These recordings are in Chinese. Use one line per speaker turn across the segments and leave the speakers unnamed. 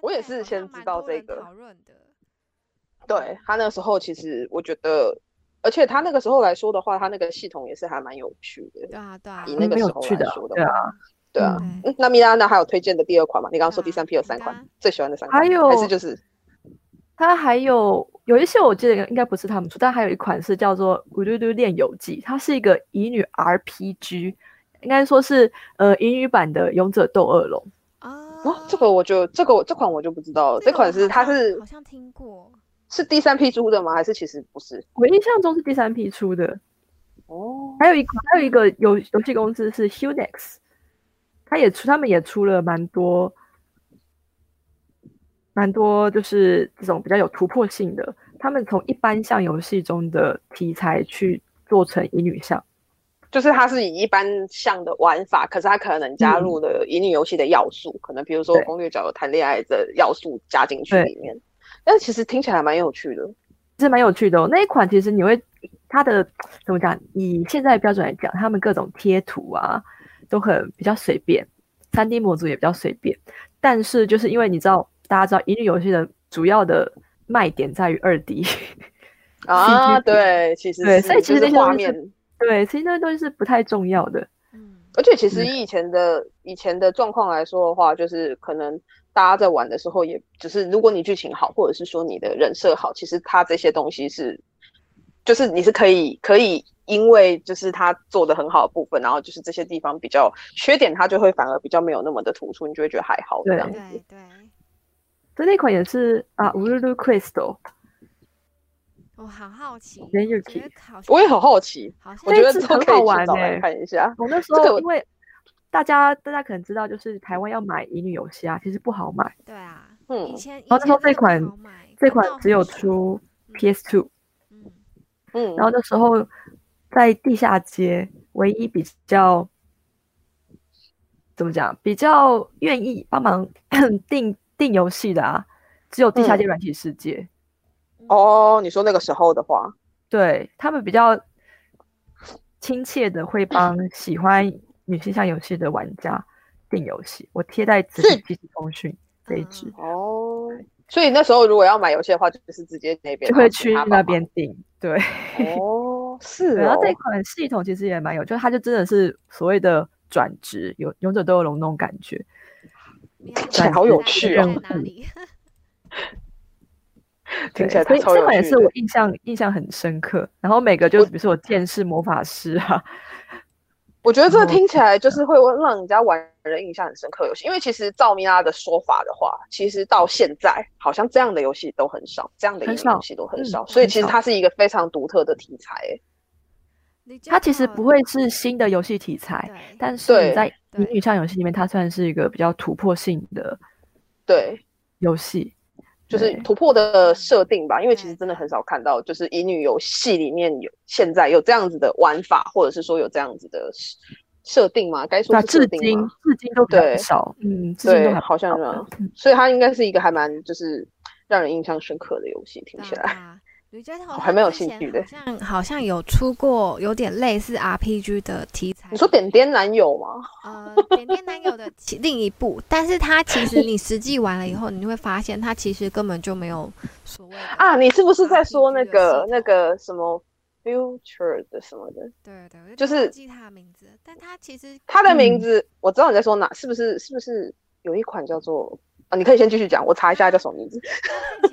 我也是先知道这个。
讨论的，
对他那时候，其实我觉得，而且他那个时候来说的话，他那个系统也是还蛮有趣的。
对啊对啊。
以那个
没有
时候
去
来
的
说的
对啊。
对啊，
嗯
嗯，那米拉娜还有推荐的第二款吗？你刚刚说第三批有三
对啊
款，最喜欢的三款，
还有
还是就是
它还有有一些我记得应该不是他们出，但还有一款是叫做《咕嘟嘟恋游记》，它是一个乙女 RPG，应该说是呃乙女版的《勇者斗恶龙》。
哦
哦，，
这个我就这个我这款我就不知道了，
这
哦这
个
款
我
是
好啊
它
像
是
好像听过，
是第三批出的吗？还是其实不是？
我印象中是第三批出的，
哦，
还有一款还有一个游游戏公司是 Hunex，它也出他们也出了蛮多蛮多就是这种比较有突破性的，他们从一般向游戏中的题材去做成乙女向。
就是它是以一般像的玩法，可是它可能加入了乙女游戏的要素，可能比如说
嗯对
攻略角有谈恋爱的要素加进去
对
里面，但其实听起来还蛮有趣的。
是蛮有趣的、哦。那一款其实你会它的怎么讲？以现在的标准来讲，他们各种贴图啊都很比较随便，三 D 模组也比较随便。但是就是因为你知道，大家知道乙女游戏的主要的卖点在于二 D，
啊，
戏剧
对，其实
对
是
所以其
就
实那
是
些
画
东西是
面，
对，其实那东西是不太重要的。
嗯，
而且其实以前的、以前的状况来说的话，就是可能大家在玩的时候，也只是如果你剧情好，或者是说你的人设好，其实它这些东西是，就是你是可以可以因为就是它做的很好的部分，然后就是这些地方比较缺点，它就会反而比较没有那么的突出，你就会觉得还好这
对
样子。
对对，
所以那款也是啊，乌鲁鲁 Crystal，
我好好奇，我
觉得
觉
有趣
得好像
我也很好奇，
好像
我觉得
这一
之
次
后
很
可以
好
去
玩
找来
欸
看一下。
我那时
这个
候
我
因为大家大家可能知道，就是台湾要买乙女游戏啊，其实不好买。
对啊，
嗯
以前以
后那时候
前
这款
真的好买
这
看
款
哦
到
只
很
有
少
出
嗯
PS2，
嗯
嗯，
然后那时候在地下街，唯一比较怎么讲，比较愿意帮忙 订订游戏的啊，只有地下
嗯
街软体世界，
哦，你说那个时候的话，
对他们比较亲切的会 帮喜欢女性向游戏的玩家订游戏。我贴在仔
是
细即时通讯这一
嗯
支，
哦。所以那时候如果要买游戏的话，就是直接那边
就会
然后请
去
他帮
那
忙
边订。对，
哦，是
然
哦
后，这款系统其实也蛮有，就是它就真的是所谓的转职，有勇者斗恶龙那种感觉。
听起来好有趣
哦
在哪里？
听
对
起来
所以
超
这
有
款也
趣
是
的
我印象印象很深刻。然后每个就
我
比如说我剑士、魔法师啊，
我觉得这个
哦
听起来就是会让人家玩人印象很深刻的游戏，因为其实照米拉的说法的话，其实到现在好像这样的游戏都很少，这样的
很
乙女游
少
戏都很
嗯
少，所以
很
其实
少
它是一个非常独特的题材欸。
你就
它其实
要
不会是新的游戏题材，
对，
但是你
对
在乙
对
女向游戏里面，它算是一个比较突破性的
对，
游戏，
就是
对
突破的设定吧，因为其实
对
真的很少看到，就是乙女游戏里面有现在有这样子的玩法，或者是说有这样子的设设定吗？该说
那
是
啊至
设定
今
吗？
至今都比较
对
少，嗯，至今都
对，
还
好像
少的
呢，所以它应该是一个还蛮就是让人印象深刻的游戏，听 起来。
来。吕佳彤
我啊哦还没有兴趣
好
的
像好像有出过有点类似 RPG 的题材。
你说点点男友吗？
呃，点点男友的其另一部，但是它其实你实际玩了以后，你会发现它其实根本就没有所谓的
啊，你是不是在说那
RPG 的系
个
统
那？个什么 future 的什么的？
对对，我
就是
忘记它的名字，但它其实
他的名
嗯
字、我知道你在说哪，是不是？是不是有一款叫做啊？你可以先继续讲，我查一下叫什么名字。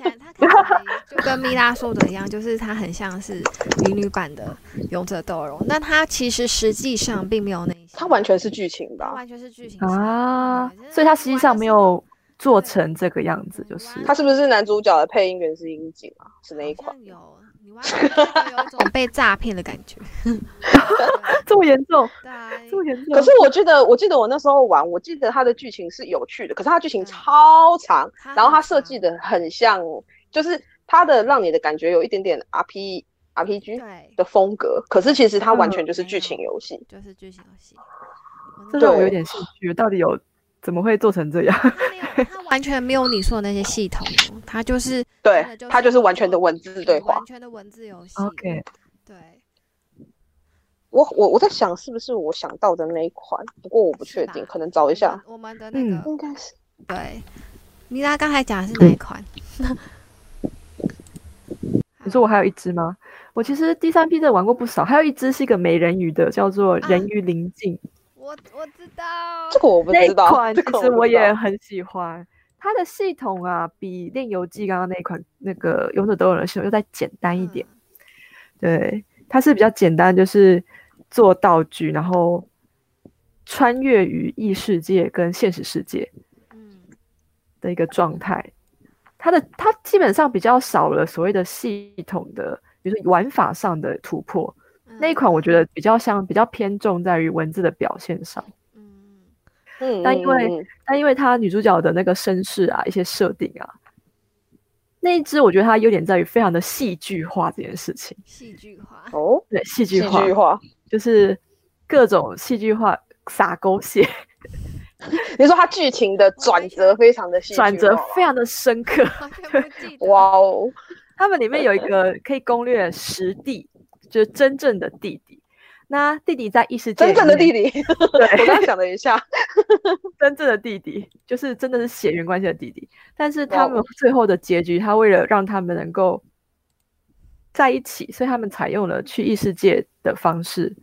看起来它看起来 就跟米拉说的一样，就是它很像是乙女版的《勇者斗恶龙》，但它其实实际上并没有那一些，
它完全是剧情
它
吧？
完全是剧情
啊
对真，的
所以它实际上没有做
对
成这个样子，就是
嗯
它是不是男主角的配音员是樱井啊？是那一
好
款？
像有你完全有一种被诈骗的感觉。
这么严重，
对啊，
这么严重。
可是我记得，我记得我那时候玩，我记得它的剧情是有趣的，可是它剧情
嗯
超长，
它
然后
很
它设计的很像，就是它的让你的感觉有一点点 R P R P G
对，
的风格，可是其实它完全就是
没
剧情
有
游戏。
就是剧情游戏。我
这
那
让我
对
有点兴趣，到底有怎么会做成这样？
它没有，它完全没有你说的那些系统，它就是
对
真的，
它就是完全的文字对话
完。全的文字游戏。
OK
对，
我我我在想是不是我想到的那一款，不过我不
是
确
吧
定，可能找一下，
我们我们的那
嗯
个
应该是
对，米拉刚才讲的是哪一款？
你说我还有一只吗？我其实第三批的玩过不少，还有一只是一个美人鱼的，叫做
啊
人鱼灵境。
我我知道
这个我不
那
知
一
道，
款
这
其
个
实
不
我
知道
也很喜欢。它的系统啊，比《恋游记》刚刚那一款那个《勇者斗恶龙》的系统又再简单
嗯
一点。
嗯
对，它是比较简单，就是做道具，然后穿越于异世界跟现实世界
嗯，嗯
的一个状态。它的它基本上比较少了所谓的系统的，比如说玩法上的突破。
嗯
那一款我觉得比较像，比较偏重在于文字的表现上。
嗯
嗯，
但因为
嗯嗯嗯
但因为她女主角的那个身世啊，一些设定啊，那一只我觉得它优点在于非常的戏剧化这件事情。
戏剧化，
哦，
对，戏
戏
剧化
剧化。
就是各种戏剧化撒狗血，
你说它剧情的转折非常的戏剧化
转折非常的深刻。
完全不记得。
哇哦，
他们里面有一个可以攻略实地，就是真正的弟弟。那弟弟在异世界，
真正的弟
弟，
弟，
对，
我刚刚想了一下，
真正的弟弟，就是真的是血缘关系的弟弟。但是他
哇哦
们最后的结局，他为了让他们能够在一起，所以他们采用了去异世界的方式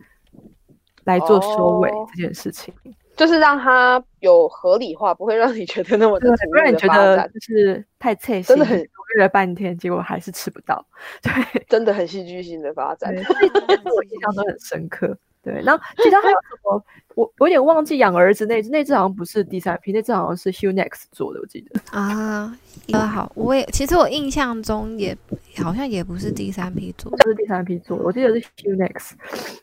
来做收尾
哦
这件事情，
就是让它有合理化，不会让你觉得那么的
对，
突
不然
兀
你
的
觉
发
得
展，
就是太脆心，
真的很
为了半天，结果还是吃不到。对，
真的很戏剧性的发展
对。
嗯
我印象都很深刻。对， 然后其他还有什么？我我有点忘记养儿子那只，那只好像不是第三批，那只好像是 Hunex 做的，我记得。
啊，呃，好，我也其实我印象中也好像也不是第三批做，
不是第三批做的，我记得是 Hunex。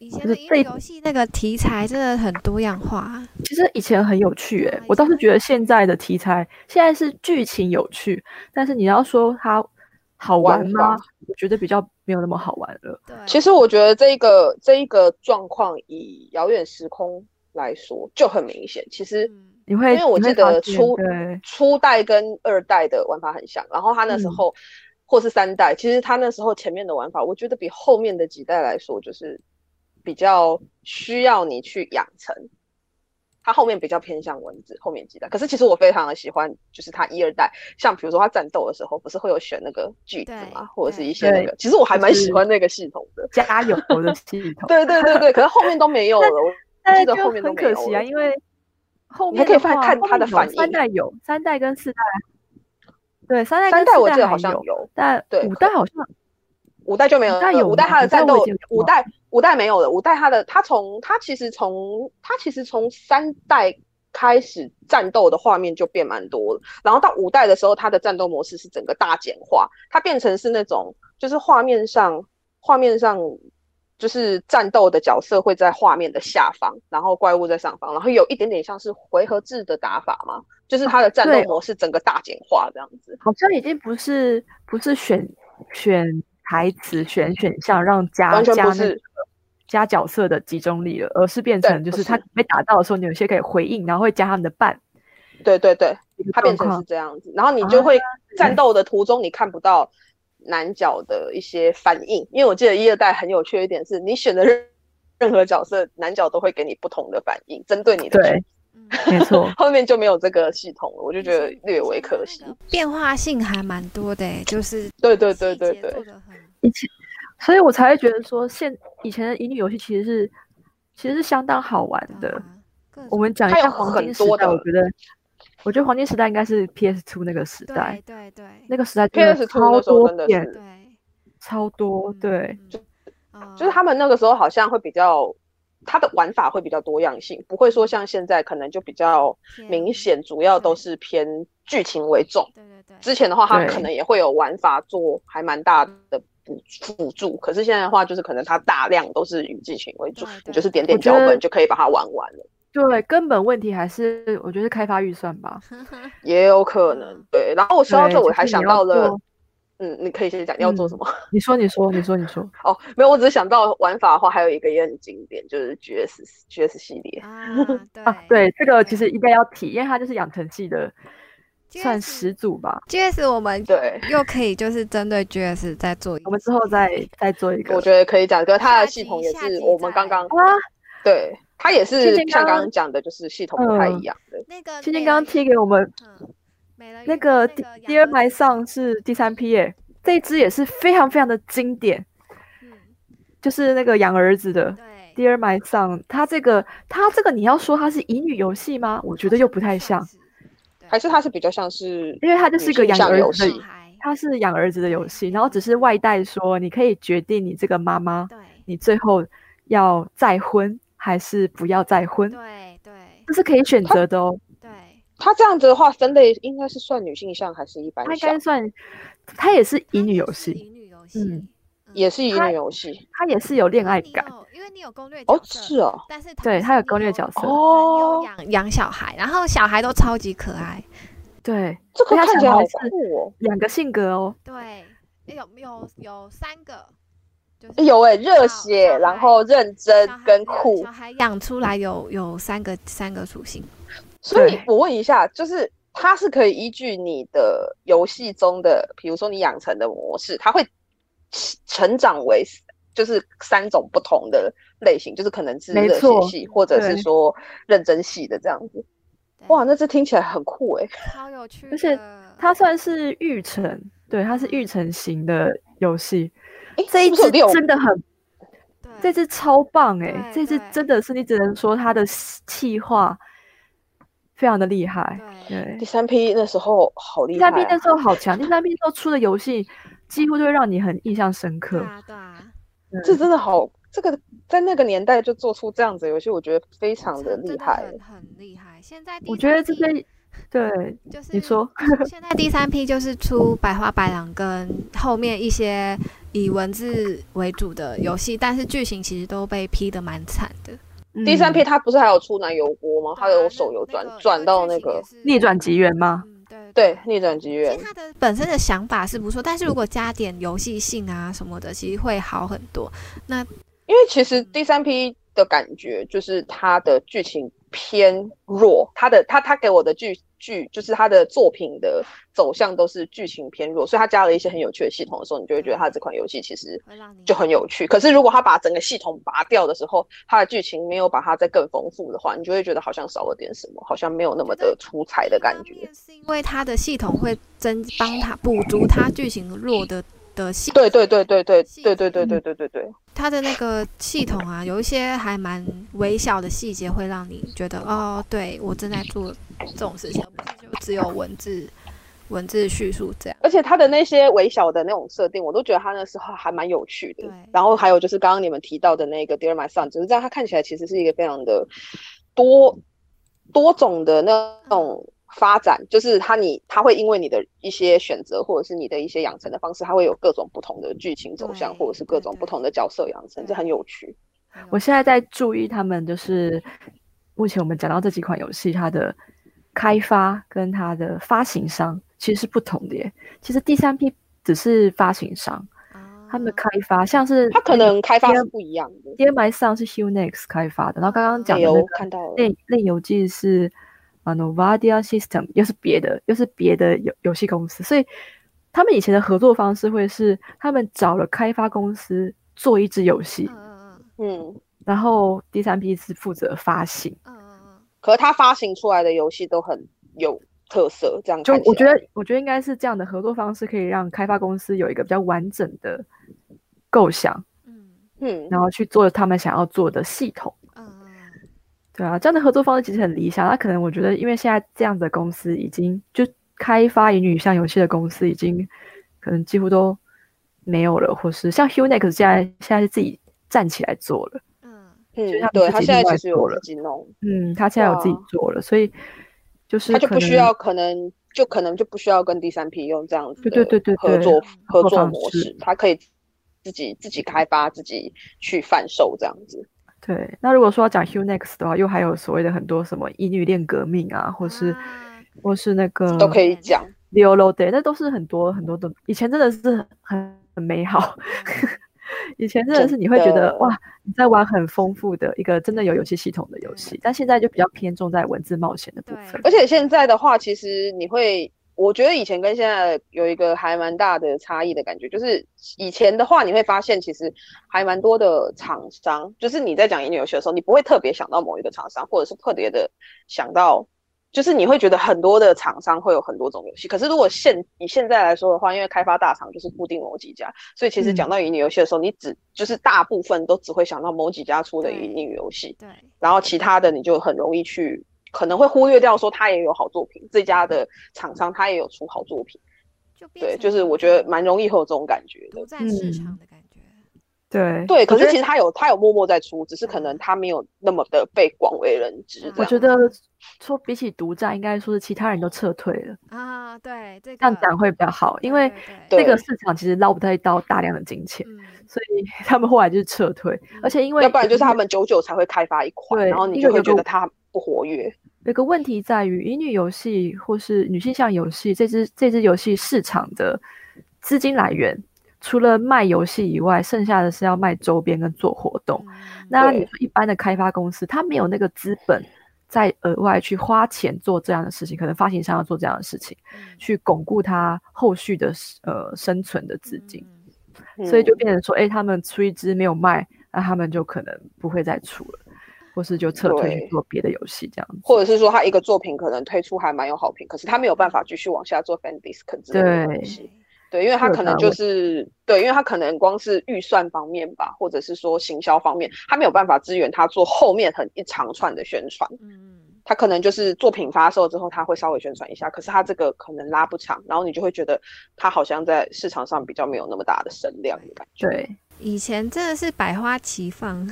以前
就
的
是
因
这
为
一
游戏那个题材真的很多样化，
其实以前很有趣、欸，
啊以
我倒是
前
觉得现在的题材，现在是剧情有趣，但是你要说它好
玩
玩吗
法？
我觉得比较没有那么好玩了。
对，
其实我觉得这一个这一个状况，以遥远时空来说就很明显。其实
嗯
你会
因为我
你会
记得
发现
初
对
初代跟二代的玩法很像，然后他那时候、
嗯
或是三代，其实他那时候前面的玩法，我觉得比后面的几代来说，就是比较需要你去养成。他后面比较偏向文字，后面几代。可是其实我非常的喜欢，就是他一二代，像比如说他战斗的时候，不是会有选那个句子
对
嘛，或者是
对
一些那个，其实我还蛮喜欢那个系统的。
加油的系统，
对对对对，可是后面都没有了。我
但
记
是
得
就
后面都
很
没
可
有
惜啊，
了
因为后
你
面
还可以
的
看
话
看它
后
的
面有
反
三
应
代有，三代 跟四代，对，三代
三代
跟四
我记得好
还
像
有，
有，
但
对
五代好像
五代就没有
五代
了，
有
五代
吗
他的
五
战
代我已
斗
经有，
五代五代没有了，五代他的他从他其实从他其实从三代开始战斗的画面就变蛮多了，然后到五代的时候，他的战斗模式是整个大简化，它变成是那种就是画面上画面上。就是战斗的角色会在画面的下方，然后怪物在上方，然后有一点点像是回合制的打法嘛，就是它的战斗
对
模式整个大简化这样子。
好像已经不是不是选选台词选选项让加
完全
加
不
那
是
个加角色的集中力了，而是变成
对
就
不
是他
是
被打到的时候，你有些可以回应，然后会加他们的伴。
对对对，
一个
它变成
状况啊
是这样子，然后你就会战斗的途中你看不到男角的一些反应，因为我记得一二代很有趣的一点是，你选的任任何角色，男角都会给你不同的反应，针对你的。
对，
，
嗯
没错
后面就没有这个系统了，我就觉得略微可惜。，
变化性还蛮多的欸，就是
对对对对
细节
对
做得很
以前，所以我才会觉得说现以前的乙女游戏其实是其实是相当好玩的。
啊各
我
种
们讲一
它有
下黄
很
金时
多
代，
的
我觉得，我觉得黄金时代应该是 PS Two 那个时代
对，对对
那个时代真的
PS2
超
那时候
多
真的
变
是
对，
超多，
嗯
对，，
嗯
就是他们那个时候好像会比较，它的玩法会比较多样性，不会说像现在可能就比较明，显，主要都是偏剧情为重。
呃偏对对对，
之前的话，它
对
可能也会有玩法做还蛮大的辅辅助，可是现在的话，就是可能它大量都是以剧情为主
对，
你
对
就是点
对
点
我觉
脚
得
本就可以把它玩完了，
对，根本问题还是我觉得是开发预算 吧。
也有可能
嗯
对。然后我说到
对
这，我
就是
还想
你要
到了
做，
嗯，你可以先讲要做什么
你说，你说，你说，你说，
哦，没有，我只是想到玩法的话，还有一个也很经典，就是 GS GS 系列，
啊对
啊，对，这个其实应该要提，因为它就是养成系的算始祖吧。
GS 我们
对，
又可以就是针对 GS 再做一
我们之后再再做一个，
我觉得可以讲，可是它的系
下集
统也
下
是
集
我们
再
刚刚
啊，
对，它也
之
是
前
像
刚
刚
刚
刚讲的，就是系统不太一
嗯
样的，
那个
今
内
天刚刚
容
贴给我们
嗯美人鱼
那个
跟那个
Dear
养儿
My
子
Son 是第三批耶，这一支也是非常非常的经典，
嗯，
就是那个养儿子的
对，
Dear My Son，它这个它这个你要说它是乙女游戏吗？我觉得又不太像，
还是它是比较像是，
因为它就是个养
像
儿
游
子的
戏
小，孩，
它是养儿子的游戏，然后只是外带说你可以决定你这个妈妈，
对
你最后要再婚还是不要再婚，
对对
这是可以选择的哦。
对，
它这样子的话分类应该是算女性向还是一般
它应
向
该？算，它也是
它
乙女
也
游
是
戏，
乙女游戏
嗯
也是乙
它
女游戏
它也是有恋爱感。，
因为你有因为你有攻略
哦
角，色
是哦，
但是
对
同
它有
时
攻
你
略
有
角色
对你有
哦
养养小孩，然后小孩都超级可爱，
对，
这个
所以它
看起来好
小孩是
酷哦。
两个性格哦，
对，有有有三个，就是
有哎、
啊小
热血，
小
然
孩
后认真
小孩养
跟酷
小。孩养出来有有三个三个属性，
所以
对
我问一下，就是它是可以依据你的游戏中的，比如说你养成的模式，它会起成长为就是三种不同的类型，就是可能是
没
热血
错
系，或者是
对
说认真系的这样子。
对
哇，那这听起来很酷欸诶、
超有趣的，
而且它算是育成，对，它是育成型的游戏。
诶，
这
是
一
不是有
支
六
真的很，
对
这支超棒哎、
对
这支
对
真的是你只能说它的气化非常的厉害。
对
对
第，三批那时候好厉
第
害、
三
啊，
批那时候好强，第三批那时候出的游戏几乎就会让你很印象深刻
对。啊对啊，
这真的好，这个在那个年代就做出这样子的游戏，我觉得非常的
真
厉
真
害、
很很厉害。现在第
我觉得这
边
些，对
就是
你说，
现在第三批就是出《百花白狼》跟后面一些以文字为主的游戏，但是剧情其实都被批的蛮惨的。
第三
嗯
批它不是还有出南油锅吗？它
对啊
有
那
手游
那
转
个
转到那
剧情
个
也是
逆转吉原吗？
嗯，对
对逆转机缘
其实。它的本身的想法是不错，但是如果加点游戏性啊什么的，其实会好很多。
因为其
嗯
实第三批的感觉就是它的剧情偏弱，它的它它给我的剧剧就是它的作品的走向都是剧情偏弱，所以它加了一些很有趣的系统的时候，你就会觉得它这款游戏其实
会让你
就很有趣。可是如果它把整个系统拔掉的时候，它的剧情没有把它再更丰富的话，你就会觉得好像少了点什么，好像没有那么的出彩的感
一
觉
方。面是因为它的系统会增帮它补足它剧情弱的的系，
对对对对对对对对对对对对。
它的那个系统啊，有一些还蛮微小的细节，会让你觉得哦，对我正在做这种事情，而不是就只有文字文字叙述这样。
而且它的那些微小的那种设定，我都觉得它那时候还蛮有趣的
对。
然后还有就是刚刚你们提到的那个 Dear My Son，只是让它看起来其实是一个非常的多多种的那
嗯
种发展，就是它你它会因为你的一些选择或者是你的一些养成的方式，它会有各种不同的剧情走向，
对
或者是各种
对对
不同的角色养成，
对
这很有趣。
我现在在注意他们，就是目前我们讲到这几款游戏，它的开发跟它的发行商其实是不同的耶。其实第三批只是发行商，
啊
他们的开发像是
它可能开发是
DM
不一样的。
DMI 上是 Hunex 开发的，然后刚刚讲
哎
的那
呦
个，
看到了，
内内游记是啊 Novadia System，又是别的，又是别的游游戏公司，所以他们以前的合作方式会是他们找了开发公司做一支游戏
嗯，嗯嗯
嗯，
然后第三批是负责发行。
嗯嗯
可是它发行出来的游戏都很有特色，这样
就
看起
我觉
来
得，我觉得应该是这样的合作方式，可以让开发公司有一个比较完整的构想，
嗯
嗯，
然后去做他们想要做的系统。
嗯嗯
对啊，这样的合作方式其实很理想。那可能我觉得，因为现在这样的公司已经就开发乙女向游戏的公司已经可能几乎都没有了，或是像 Hunex 现在现在是自己站起来做了，
嗯
嗯
就他，
对
自
他
己
现在
另外
其实有
做
自
了
己弄，
嗯，他现在有自己
哇
做了，所以就是
啊他就
可
不需
能
要，可能就可能就不需要跟第三批用这样子的
对对对对
合作
对
合
合作
作
方
模
式
式，他可以自己自己开发，自己去贩售这样子。
对，那如果说要讲 Hunex 的话，又还有所谓的很多什么乙女恋革命啊，或是、
啊
或是那个
都可以讲，
Leo l o Day，那都是很多很多的。以前真的是很很美好，以前真的是你会觉
真
得
的
哇，你在玩很丰富的一个真的有游戏系统的游戏
对，
但现在就比较偏重在文字冒险的部分
对。
而且现在的话，其实你会。我觉得以前跟现在有一个还蛮大的差异的感觉，就是以前的话，你会发现其实还蛮多的厂商，就是你在讲乙女游戏的时候，你不会特别想到某一个厂商，或者是特别的想到就是你会觉得很多的厂商会有很多种游戏，可是如果现以现在来说的话，因为开发大厂就是固定某几家，所以其实讲到乙女游戏的时候，你只就是大部分都只会想到某几家出的
对
乙女游戏，
对，
然后其他的你就很容易去可能会忽略掉说它也有好作品，这家的厂商它也有出好作品，
就变
对，
成
就是我觉得蛮容易会有这种感觉的
独。占市场的感觉。
对
对，可
我觉
是
得
其实他有他有默默在出，只是可能他没有那么的被广为人知这样。
嗯我觉得说比起独占，应该说是其他人都撤退了，
啊，对，这个
这样讲会比较好，因为
嗯对
这个市场其实捞不太到大量的金钱，
嗯，
所以 他们后来就是撤退，而且因为
嗯要不然就是他们久久才会开发一款，
对
然后你
因为
就会
有
觉
个
得它不活跃。
有个问题在于，乙女游戏或是女性向游戏这支这支游戏市场的资金来源，除了卖游戏以外，剩下的是要卖周边跟做活动。
嗯
那
对
你说一般的开发公司，它没有那个资本再额外去花钱做这样的事情，可能发行商要做这样的事情，
嗯
去巩固它后续的呃生存的资金，
嗯
所以就
嗯
变成说，哎、他们出一支没有卖，那他们就可能不会再出了，或是就撤退
对
去做别的游戏这样子。
或者是说他一个作品可能推出还蛮有好评，可是他没有办法继续往下做 fan disc 之类的东
对
西。
对
对，因为他
会有
可能
大
就
问
是对，因为他可能光是预算方面吧，或者是说行销方面，他没有办法支援他做后面很一长串的宣传。
嗯
他可能就是作品发售之后，他会稍微宣传一下，可是他这个可能拉不长，然后你就会觉得他好像在市场上比较没有那么大的声量的感觉。
对，
以前真的是百花齐放，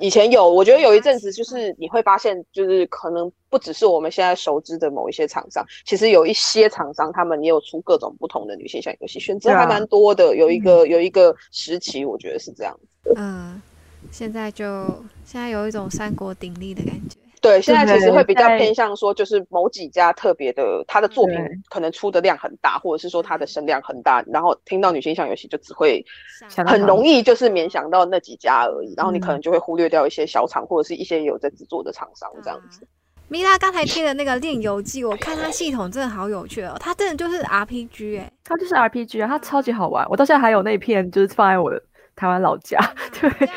以前有，我觉得有一阵子就是你会发现，就是可能不只是我们现在熟知的某一些厂商，其实有一些厂商他们也有出各种不同的女性向游戏，选择
对啊嗯
还蛮多的。有一个有一个时期，我觉得是这样。
嗯，现在就现在有一种三国鼎立的感觉。
对，现在其实
对
会比较
在
偏向说，就是某几家特别的，他的作品
对
可能出的量很大，或者是说他的声量很大，然后听到女性向游戏就只会
想到
很
它
容易就是联想到那几家而已，然后你
嗯
可能就会忽略掉一些小厂或者是一些有在制作的厂商这样
啊。
子。
米拉刚才贴的那个《炼油记》，我看它系统真的好有趣哦，它真的就是 RPG 哎、
它就是 RPG 啊，它超级好玩。我到现在还有那一片，就是放在我的台湾老家。
啊
对，啊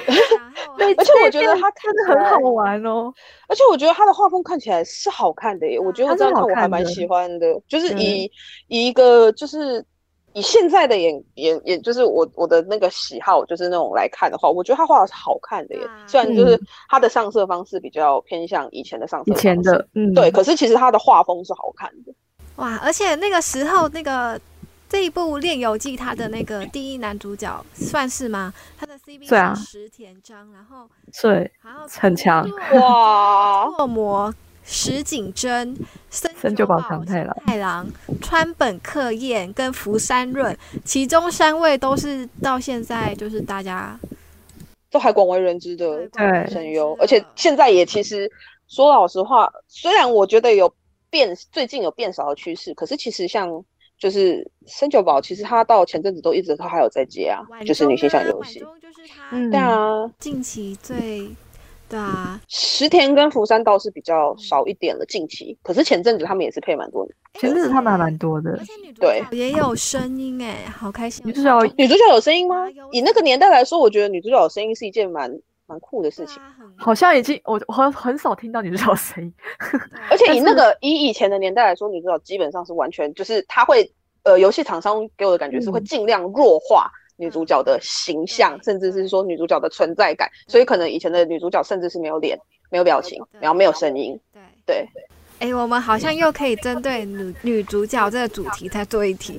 对，
而且我觉得
那一片
它看
真的
起来
很好玩哦。
而且我觉得他的画风看起来是好看的耶，我觉得我
啊它是
这样看
好
我还
看
蛮
的嗯
喜欢的，就是以、以一个就是以现在的眼眼眼，就是我我的那个喜好就是那种来看的话，我觉得他画的是好看的耶，
啊
虽然就是
嗯
他的上色方式比较偏向以前的上色
以
方式，
前的，嗯，
对，可是其实他的画风是好看的，
哇！而且那个时候那个这一部《炼油记》，它的那个第一男主角算是吗？他的 CP
对啊
是石田章，然后
对，
然后
很强
哇
拓磨、石井真、 森
森
久
久
保
保长太郎
太郎、川本克彦跟福山润，其中三位都是到现在就是大家
都还广为人知的。
对
哎
声优，
啊
而且现在也其实说老实话，虽然我觉得有变，最近有变少的趋势，可是其实像就是森久保，其实他到前阵子都一直都还有在接啊，就是女性向游戏。
就是他
嗯
对啊，
近期最对啊，
石田跟福山倒是比较少一点了，近期。可是前阵子他们也是配蛮多的，
其实他们还蛮多的
嗯
而。且女主
对
角也有声音哎，好开心哦！
女主角
女主角有声音吗
啊有？
以那个年代来说，我觉得女主角有声音是一件蛮蛮酷的事情。
对啊很
好像已经我我很很少听到女主角声音，
对
而且以那个以以前的年代来说，女主角基本上是完全就是她会呃，游戏厂商给我的感觉是会
嗯
尽量弱化女主角的形象，
对
甚至
嗯
是说女主角的存在感，所以可能以前的女主角甚至是没有脸、没有表情，
对
然后没有声音。
对。
对，
哎、我们好像又可以针对女女主角这个主题再做一 题，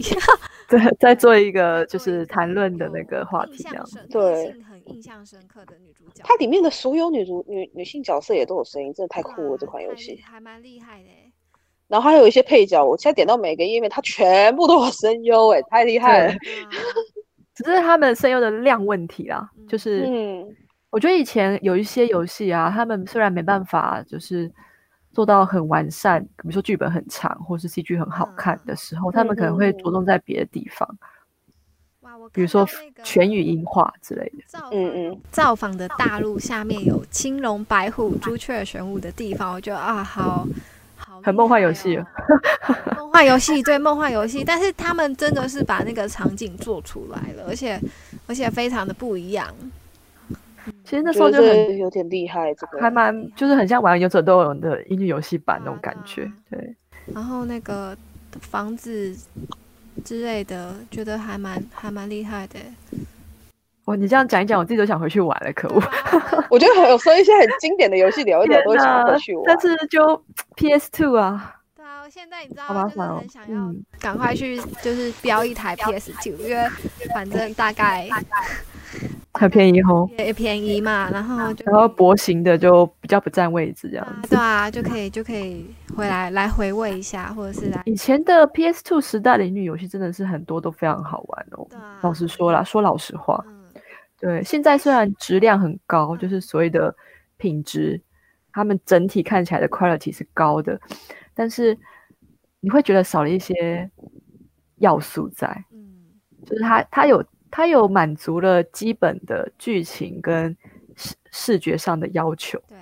对，在做一个呃就是谈论的那个话题这样。
对，
很印象深刻的女主角。
它里面的所有女主女女性角色也都有声音，真的太
啊
酷了
哇
这款游
太
戏
厉。还蛮厉害的欸。
然后还有一些配角，我现在点到每个页面，它全部都有声优，哎，太厉害了。
对啊
只是他们声优的量问题啦，就是
嗯，
我觉得以前有一些游戏啊，他们虽然没办法就是做到很完善，比如说剧本很长或是 CG 很
嗯
好看的时候，他们可能会着重在别的地方，
哇，我
比如
看
说
到那个
全语音化之类的。
造
嗯
访
嗯
造访的大陆下面有青龙、白虎、朱雀、玄武的地方，我觉得啊，好好
很
厉
梦幻
害
游戏
哦。梦幻游戏对梦幻游戏， 但是他们真的是把那个场景做出来了，而且而且非常的不一样。
其实那时
觉
候
得
就很
这有点厉害，这个
还蛮，就是很像玩《勇者斗恶龙》的英语游戏版那种感觉。
啊
对，
然后那个房子之类的，觉得还蛮还蛮厉害 的欸。
哇，你这样讲一讲，我自己都想回去玩了，可恶
对！啊吧
我觉得还有说一些很经典的游戏聊一聊，
天
都会想回去玩。
但是就 PS Two 啊，
对啊，我现在你知道
好麻
吗？就是
烦哦
很想要
嗯，
赶快去，就是标一台 PS 九，因为反正大概
很便宜哦。
也便宜嘛，然后就
然后薄型的就比较不占位置这样
啊
子。
对啊，就可以就可以回来来回味一下，或者是来
以前的 PS Two 时代的英语游戏真的是很多都非常好玩哦。
对啊，
老实说啦，说老实话，
嗯，
对，现在虽然质量很高，就是所谓的品质，他们整体看起来的 quality 是高的，但是你会觉得少了一些要素在，
嗯
就是它它有它有满足了基本的剧情跟视视觉上的要求，
对，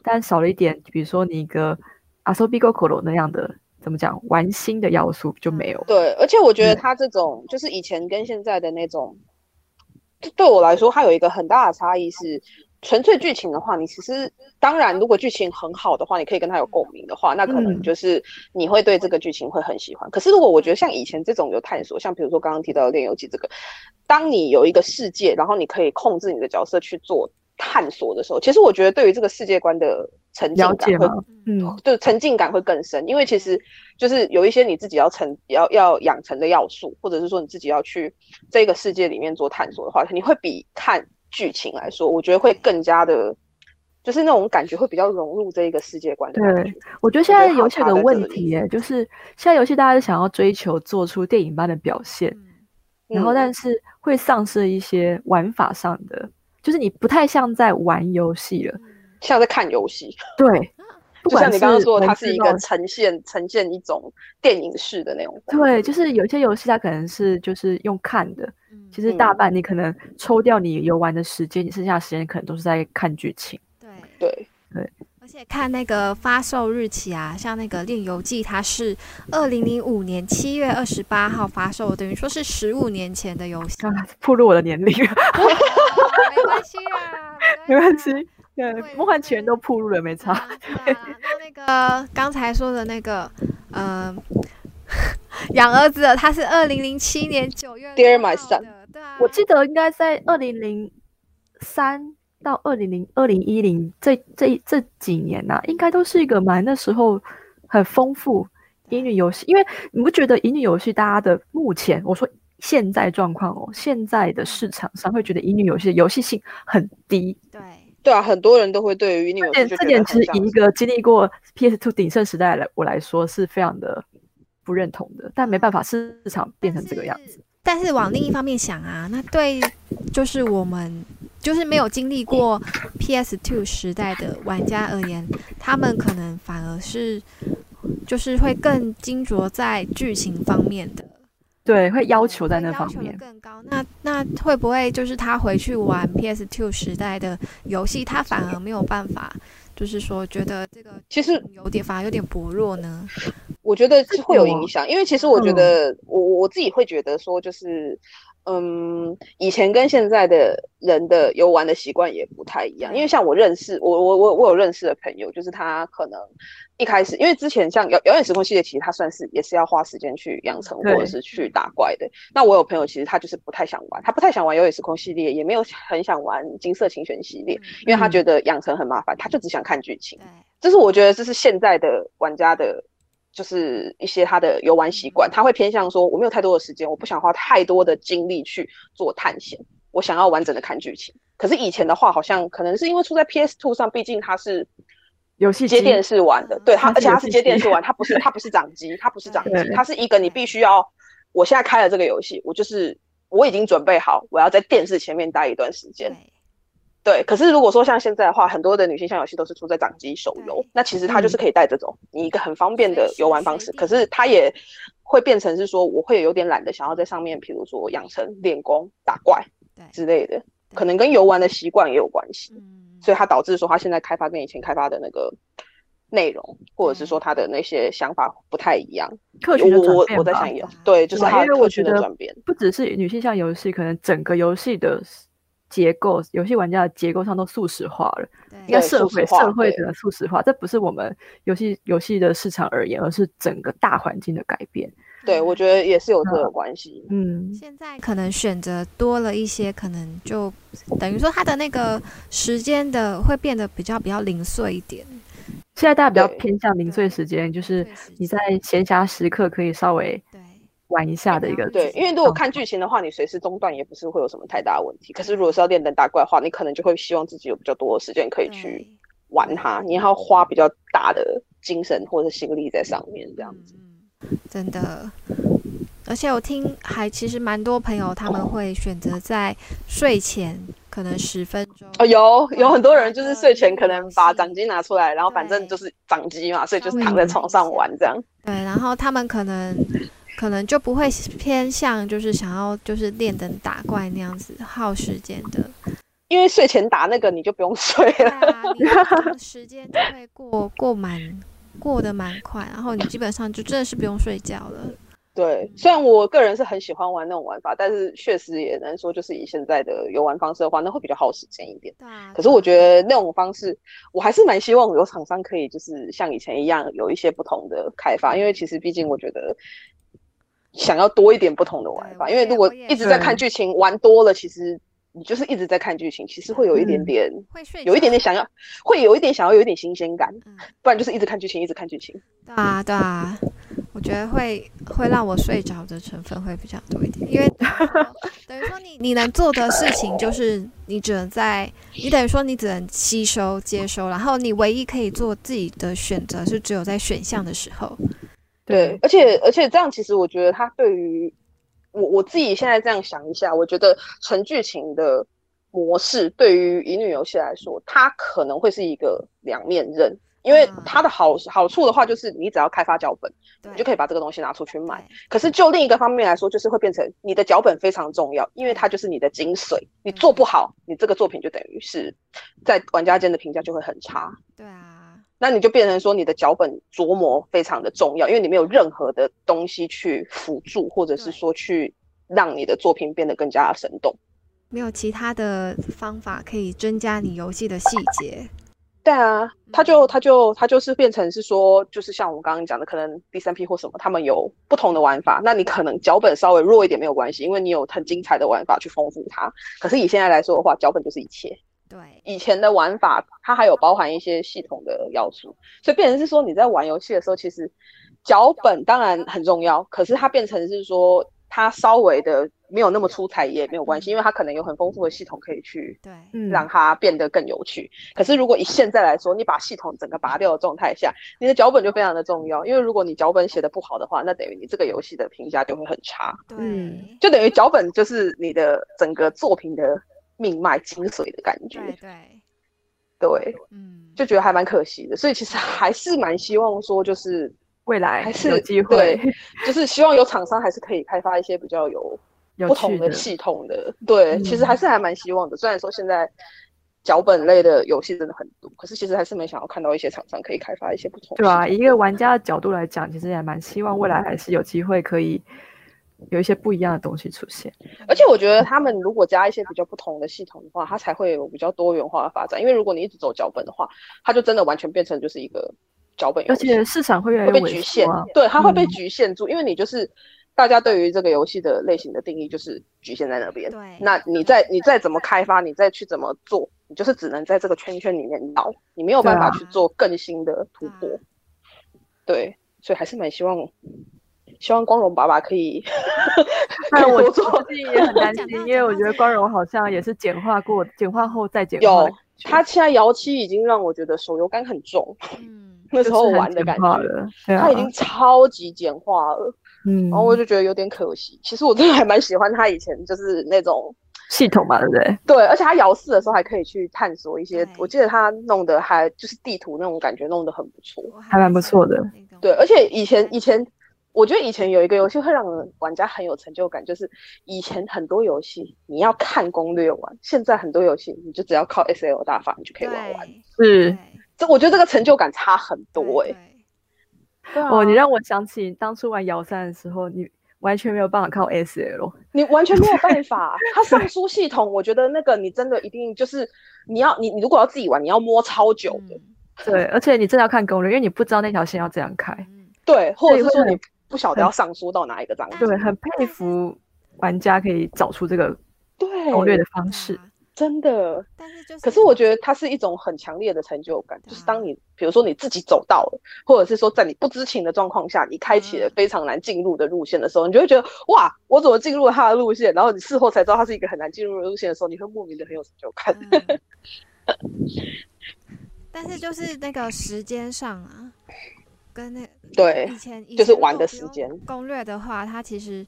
但少了一点，比如说你一个阿 s o b i g o k o r o 那样的怎么讲玩心的要素就没有。
对，而且我觉得
对
它这种就是以前跟现在的那种，就对我来说，它有一个很大的差异是，纯粹剧情的话，你其实当然，如果剧情很好的话，你可以跟它有共鸣的话，那可能
嗯
就是你会对这个剧情会很喜欢。可是如果我觉得像以前这种有探索，像比如说刚刚提到的《恋游记》这个，当你有一个世界，然后你可以控制你的角色去做探索的时候，其实我觉得对于这个世界观的沉浸
了
感
解
会
吗？
嗯
嗯，
就沉浸感会更深，因为其实就是有一些你自己要成要要养成的要素，或者是说你自己要去这个世界里面做探索的话，你会比看剧情来说，我觉得会更加的，就是那种感觉会比较融入这一个世界观的感觉。
我觉得现在
觉得好
游戏有
差
个
在这
问
里
题耶，就是现在游戏大家都想要追求做出电影般的表现，
嗯
然后
嗯
但是会丧失一些玩法上的，就是你不太像在玩游戏了。
嗯
像在看游戏，
对，
啊就
不管
像你刚刚说的，
文
它
字
是一
冒
个呈现呈现一种电影式的那种感觉。
对，就是有些游戏它可能是就是用看的，
嗯
其实大
嗯
半你可能抽掉你游玩的时间，你剩下的时间可能都是在看剧情。
对。
对，
而且看那个发售日期啊，像那个《恋游记》，它是二零零五年七月二十八号发售，等于说是十五年前的 游戏。
啊，暴露我的年龄，
没关系啊啦，
啊
没关系
啦。
对
不会，
梦幻起源都暴露了，没
对
差。
啊对啊那那个刚才说的那个，嗯、养儿子的，他是二零零七年九月六
Dear my
号
son
的，对啊，
我记得应该在二零零三到二零零二零一零这这这几年呐、应该都是一个蛮那时候很丰富乙女游戏，因为你不觉得乙女游戏大家的目前我说现在状况哦，现在的市场上会觉得乙女游戏的游戏性很低，
对，
对啊，很多人都会对于你有
这
就觉
点这
得
点
很
其实
像
以一
是
个经历过 PS Two 鼎盛时代的我来说是非常的不认同的，但没办法，市场变成这个样子。
但是往另一方面想啊，那对，就是我们就是没有经历过 PS2 时代的玩家而言，他们可能反而是就是会更精着在剧情方面的
对，会要求在
会
那
要
方
求得
面。
更高。那那会不会就是他回去玩 PS2 时代的游戏，他反而没有办法，就是说觉得这个
其实
有点反而有点薄弱呢？
我觉得是会有
我
影响，因为其实我
嗯
觉得我我我自己会觉得说，就是嗯，以前跟现在的人的游玩的习惯也不太一
嗯
样。因为像我认识我我我我有认识的朋友，就是他可能一开始，因为之前像遥遥远时空系列，其实他算是也是要花时间去养成或
对
者是去打怪的。那我有朋友其实他就是不太想玩，他不太想玩遥远时空系列，也没有很想玩金色琴弦系列，因为他
嗯
觉得养成很麻烦，他就只想看剧情
对。，
这是我觉得这是现在的玩家的，就是一些他的游玩习惯，他会偏向说我没有太多的时间，我不想花太多的精力去做探险，我想要完整的看剧情。可是以前的话，好像可能是因为出在 PS Two 上，毕竟它是
游戏
接
机
电视玩的，对它，
它
而
是
且它是
游戏
接
机
电视 玩，它不是它不是掌机，它不是掌机，
对
它是一个你必须要，我现在开了这个游戏，我就是我已经准备好，我要在电视前面待一段时间，
对，
对，可是如果说像现在的话，很多的女性向游戏都是出在掌机手游
对，
那其实它
嗯
就是可以带这种、你一个很方便的
随时
游玩方式。
随地
可是它也会变成是说，我会有点懒得想要在上面，比如说养成练功、打怪
对
之类的，可能跟游玩的习惯也有关系。
嗯，
所以它导致说，它现在开发跟以前开发的那个内容，或者是说它的那些想法不太一样。
嗯客群的
我
转
我
变
我在
吧
想也
吧
对，就是
对吧啊
它
因为我
客
觉
群的
得
转变。
不只是女性向游戏，可能整个游戏的结构，游戏玩家的结构上都速食化了，应
对
该
对
社
速食
会
化
社会
对
的速食化，这不是我们游戏游戏的市场而言，而是整个大环境的改变。
对，我觉得也是有这个关系。
嗯，
现在可能选择多了一些，可能就等于说它的那个时间的会变得比较比较零碎一点。
现在大家比较
对
偏向零碎时间，就是
对时
你在
间
闲暇时刻可以稍微
对
玩一下的一个
对
对，因为如果看剧情的话，你随时中断也不是会有什么太大的问题。可是如果是要练等打怪的话，你可能就会希望自己有比较多的时间可以去
对
玩它，你要花比较大的精神或者心力在上面，这样子。
嗯嗯真的。而且我听还其实蛮多朋友他们会选择在睡前可能十分钟
哦，有有很多人就是睡前可
游
能
戏
把掌机拿出来，然后反正
嗯对
就是掌机嘛，所以就是
稍微
躺
玩
在床
一
上
下
玩这样。
对，然后他们可能可能就不会偏向就是想要就是练等打怪那样子耗时间的。
因为睡前打那个你就不用 睡
对
了。
啊，你这个时间就会过过蛮过得蛮快，然后你基本上就真的是不用睡觉了。
对，
嗯
虽然我个人是很喜欢玩那种玩法，但是确实也能说，就是以现在的游玩方式的话，那会比较耗时间一点。
对啊，
可是我觉得那种方式，我还是蛮希望有厂商可以就是像以前一样有一些不同的开发，因为其实毕竟我觉得想要多一点不同的玩法，
对
因为如果
我也
一直在看
对
剧情玩多了，其实你就是一直在看剧情，其实会有一点
嗯
点，
会睡
有一点
着
点想要，会有一点想要有一点新鲜感，
嗯，
不然就是一直看剧情，一直看剧情。
对啊，对啊，我觉得会会让我睡着的成分会比较多一点，因为 等于说等于说你你能做的事情就是你只能在你等于说你只能吸收接收，然后你唯一可以做自己的选择是只有在选项的时候。
对，而且而且这样，其实我觉得它对于我我自己现在这样想一下，我觉得纯剧情的模式对于乙女游戏来说，它可能会是一个两面刃，因为
嗯
它的好好处的话，就是你只要开发脚本，
对，
你就可以把这个东西拿出去卖。
对
可是就另一个方面来说，就是会变成你的脚本非常重要，因为它就是你的精髓。你做
嗯
不好，你这个作品就等于是在玩家间的评价就会很差。
对啊，
那你就变成说你的脚本琢磨非常的重要，因为你没有任何的东西去辅助，或者是说去让你的作品变得更加的生动。
没有其他的方法可以增加你游戏的细节。
对啊，他就他就他就是变成是说，就是像我们刚刚讲的，可能第三批或什么，他们有不同的玩法。那你可能脚本稍微弱一点没有关系，因为你有很精彩的玩法去丰富它。可是以现在来说的话，脚本就是一切。
对，
以前的玩法，它还有包含一些系统的要素，所以变成是说你在玩游戏的时候，其实脚本当然很重要，可是它变成是说它稍微的没有那么出彩也没有关系，因为它可能有很丰富的系统可以去
对，
嗯
让它变得更有趣。可是如果以现在来说，你把系统整个拔掉的状态下，你的脚本就非常的重要，因为如果你脚本写的不好的话，那等于你这个游戏的评价就会很差，
对，
嗯
就等于脚本就是你的整个作品的命脉精髓的感觉，
对对，
对。
嗯，
就觉得还蛮可惜的，所以其实还是蛮希望说，就是
未来
还是
有机会
对，就是希望有厂商还是可以开发一些比较有
有
不
趣
同
的
的系统的。对，
嗯
其实还是还蛮希望的。虽然说现在脚本类的游戏真的很多，可是其实还是蛮想要看到一些厂商可以开发一些不同。
对啊，，以一个玩家的角度来讲，其实也蛮希望未来还是有机会可以有一些不一样的东西出现。
而且我觉得他们如果加一些比较不同的系统的话，它才会有比较多元化的发展。因为如果你一直走脚本的话，它就真的完全变成就是一个脚本游
而
戏。
且市场会越来
会被
越萎
局限
缩啊，，
对，它会被
嗯
局限住，因为你就是大家对于这个游戏的类型的定义就是局限在那边。
对，
那你再你再怎么开发，你再去怎么做，你就是只能在这个圈圈里面绕，你没有办法
对嗯
啊
去做更新的突
对啊
破。对，所以还是蛮希望，希望光荣爸爸可 以可
但
以
我
多
我
做。
自己也很担心
讲到，
因为我
讲到
觉得
这
光荣好像也是简化过，简化后再简化
有
的感觉，
他现在摇七已经让我觉得手游感很重，
嗯，
那
就
时候
是很
玩的
简
感
化
觉，
了，对啊，
他已经超级简化了。
嗯，
然后我就觉得有点可惜。其实我真的还蛮喜欢他以前就是那种
系统嘛，对不对？
对，而且他摇四的时候还可以去探索一些
对，
我记得他弄的还就是地图那种感觉弄得很不错。
我
还蛮不
喜
错
欢
的
那种
对，而且以前以前我觉得以前有一个游戏会让玩家很有成就感，就是以前很多游戏你要看攻略玩，现在很多游戏你就只要靠 S L 大法你就可以玩完。
对
是
这我觉得这个成就感差很
对
多哎、
对
对啊
嗯
哦，你让我想起当初玩摇三的时候，你完全没有办法靠 SL。
你完全没有办 法。它上书系统，我觉得那个你真的一定就是你要你你如果要自己玩，你要摸超久的，
嗯
对，而且你真的要看攻略，因为你不知道那条线要这样开。
嗯
对，或者是
所以
说
会
你不晓得要上书到哪一个章节，
对，很佩服玩家可以找出这个攻略
对，
的方式。
啊
真的。
但是就是，
可是我觉得它是一种很强烈的成就感，
对啊
就是当你比如说你自己走到了，或者是说在你不知情的状况下，你开启了
嗯
非常难进入的路线的时候，你就会觉得哇，我怎么进入了他的路线？然后你事后才知道它是一个很难进入的路线的时候，你会莫名的很有成就感。
嗯但是就是那个时间上啊，跟那
对
嗯
以前以
就是
前如
玩
果
的
不
时
用
间
攻略的话，它其实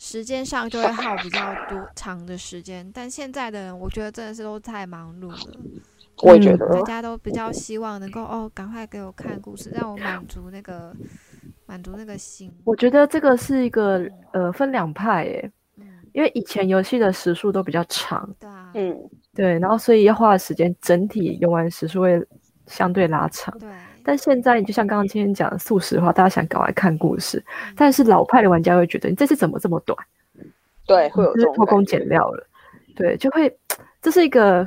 时间上就会耗比较多长的时间。但现在的人，我觉得真的是都太忙碌了，
我也觉
嗯
得，
大家都比较希望能够哦，赶快给我看故事，让我满足那个满足那个心。
我觉得这个是一个呃分两派诶，
嗯，
因为以前游戏的时速都比较长，
对啊，
嗯，
对，然后所以要花的时间整体游玩时速会相对拉长。
对，
但现在你就像刚刚今天讲的速食的话，大家想赶快看故事，但是老派的玩家会觉得你这次怎么这么短，
对，会有这
就是
种
偷工
感觉
减料了，对，就会这是一个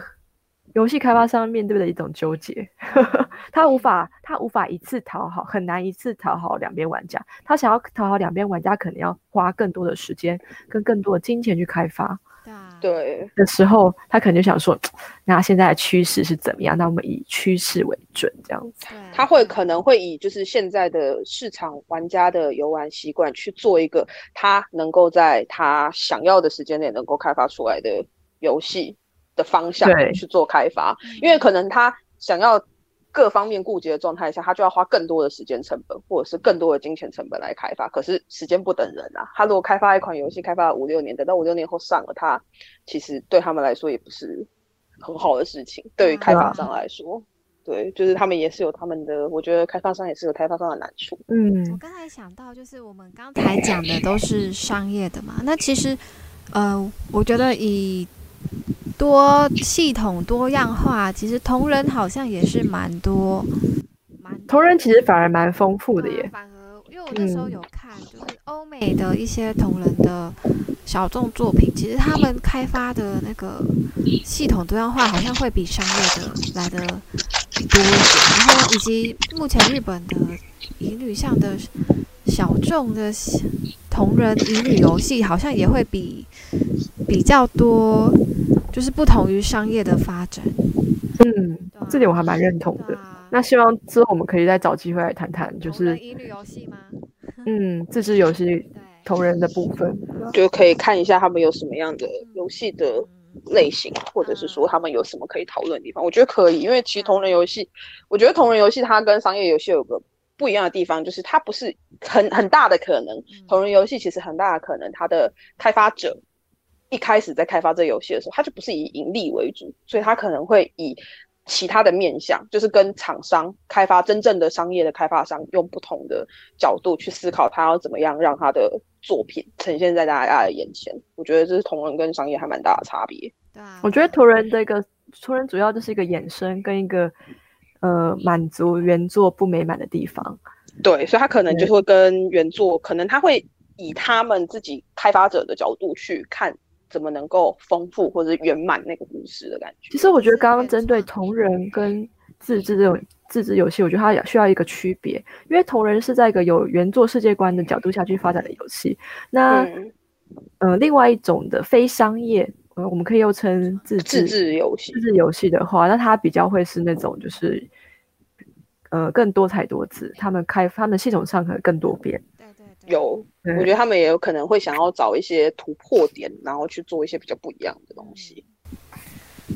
游戏开发商面对的一种纠结， 他无法他无法一次讨好，很难一次讨好两边玩家，他想要讨好两边玩家，可能要花更多的时间跟更多的金钱去开发
对啊，
对，
的时候，他可能就想说，那现在的趋势是怎么样？那我们以趋势为准，这样子，
对
他会可能会以就是现在的市场玩家的游玩习惯去做一个他能够在他想要的时间内能够开发出来的游戏的方向
对
去做开发，
嗯
因为可能他想要各方面顾及的状态下，他就要花更多的时间成本或者是更多的金钱成本来开发。可是时间不等人啊，他如果开发一款游戏开发了五六年，等到五六年后上了它，其实对他们来说也不是很好的事情，对于开发商来说。对，就是他们也是有他们的，我觉得开发商也是有开发商的难处。
嗯
我刚才想到，就是我们刚才讲的都是商业的嘛。那其实，呃，我觉得以多系统多样化，其实同人好像也是蛮多，蛮
同人其实反而蛮丰富的
对啊
耶。
反而因为我那时候
嗯
有看，就是欧美的一些同人的小众作品，其实他们开发的那个系统多样化，好像会比商业的来的多一点。然后以及目前日本的乙女向的小众的同人乙女游戏，好像也会比比较多，就是不同于商业的发展。
嗯，
对啊
这点我还蛮认同
对
的。
啊，
那希望之后我们可以再找机会来谈谈，就
同人
是
乙女游戏吗？
嗯，自制游戏
对，
同人的部分。
就可以看一下他们有什么样的游戏的
嗯
类型，或者是说他们有什么可以讨论的地方。我觉得可以，因为其实同人游戏，我觉得同人游戏它跟商业游戏有个不一样的地方，就是它不是很很大的可能，
嗯
同人游戏其实很大的可能，它的开发者一开始在开发这游戏的时候，它就不是以盈利为主，所以它可能会以其他的面向，就是跟厂商开发真正的商业的开发商，用不同的角度去思考，它要怎么样让它的作品呈现在大家的眼前。我觉得这是同人跟商业还蛮大的差别。
对啊，
我觉得同人的一个同人主要就是一个衍生跟一个呃满足原作不美满的地方。
对，所以他可能就是会跟原作，可能他会以他们自己开发者的角度去看。怎么能够丰富或者圆满那个故事的感觉？
其实我觉得刚刚针对同人跟自制这种自制游戏，我觉得它也需要一个区别，因为同人是在一个有原作世界观的角度下去发展的游戏，那
嗯，
呃，另外一种的非商业，呃，我们可以又称自
自
制
制游戏
自，制游戏的话，那它比较会是那种就是，呃，更多彩多姿，他们开他们的系统上可能更多变。
对对对，
有，
对
我觉得他们也有可能会想要找一些突破点，然后去做一些比较不一样的东西。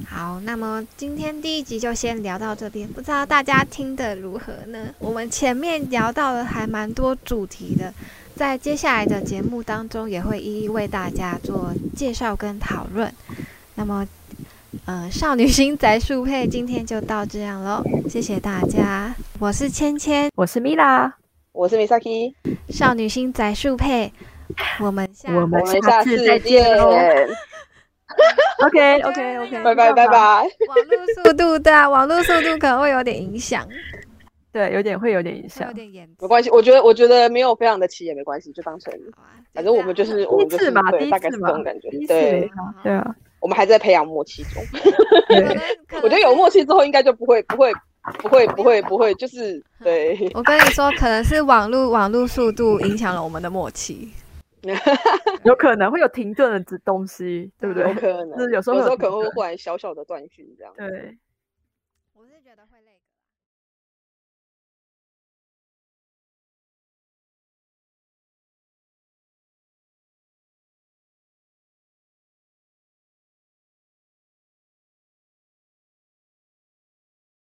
好，那么今天第一集就先聊到这边，不知道大家听得如何呢？我们前面聊到了还蛮多主题的，在接下来的节目当中也会一一为大家做介绍跟讨论。那么，呃，少女心宅树配今天就到这样喽，谢谢大家，我是芊芊，
我是米拉，
我是 Misaki，
少女心宅树配，我们下
我们
我们
下
下
次
次
再见
见，
哦 OK OK
我觉得
OK，
那个
拜拜拜拜。
网络速度对啊，网络速度可能会有点影响。
对，有点会有点影
会有
响。
点严重。
没关系，我觉得我觉得没有非常的齐也没关系，就当成
好啊，
反正我们就是我们就
第
是
一次嘛第
对，
一
大概
次
是
嘛
这种感觉
第一。次没
对，
差， 对啊，
我们还在培养默契中，
这
对
样，可能可能
我觉得有默契之后应该就不会不会不会不会不会，就是
嗯
对。
我跟你说，可能是网络网络速度影响了我们的默契。
有可能会有停顿的之东西，对不
有
对？
可能，
就是有时候
有
会
时
有
候可能
停
会
顿
忽然小小的断句这样。
对。
我是觉得会累。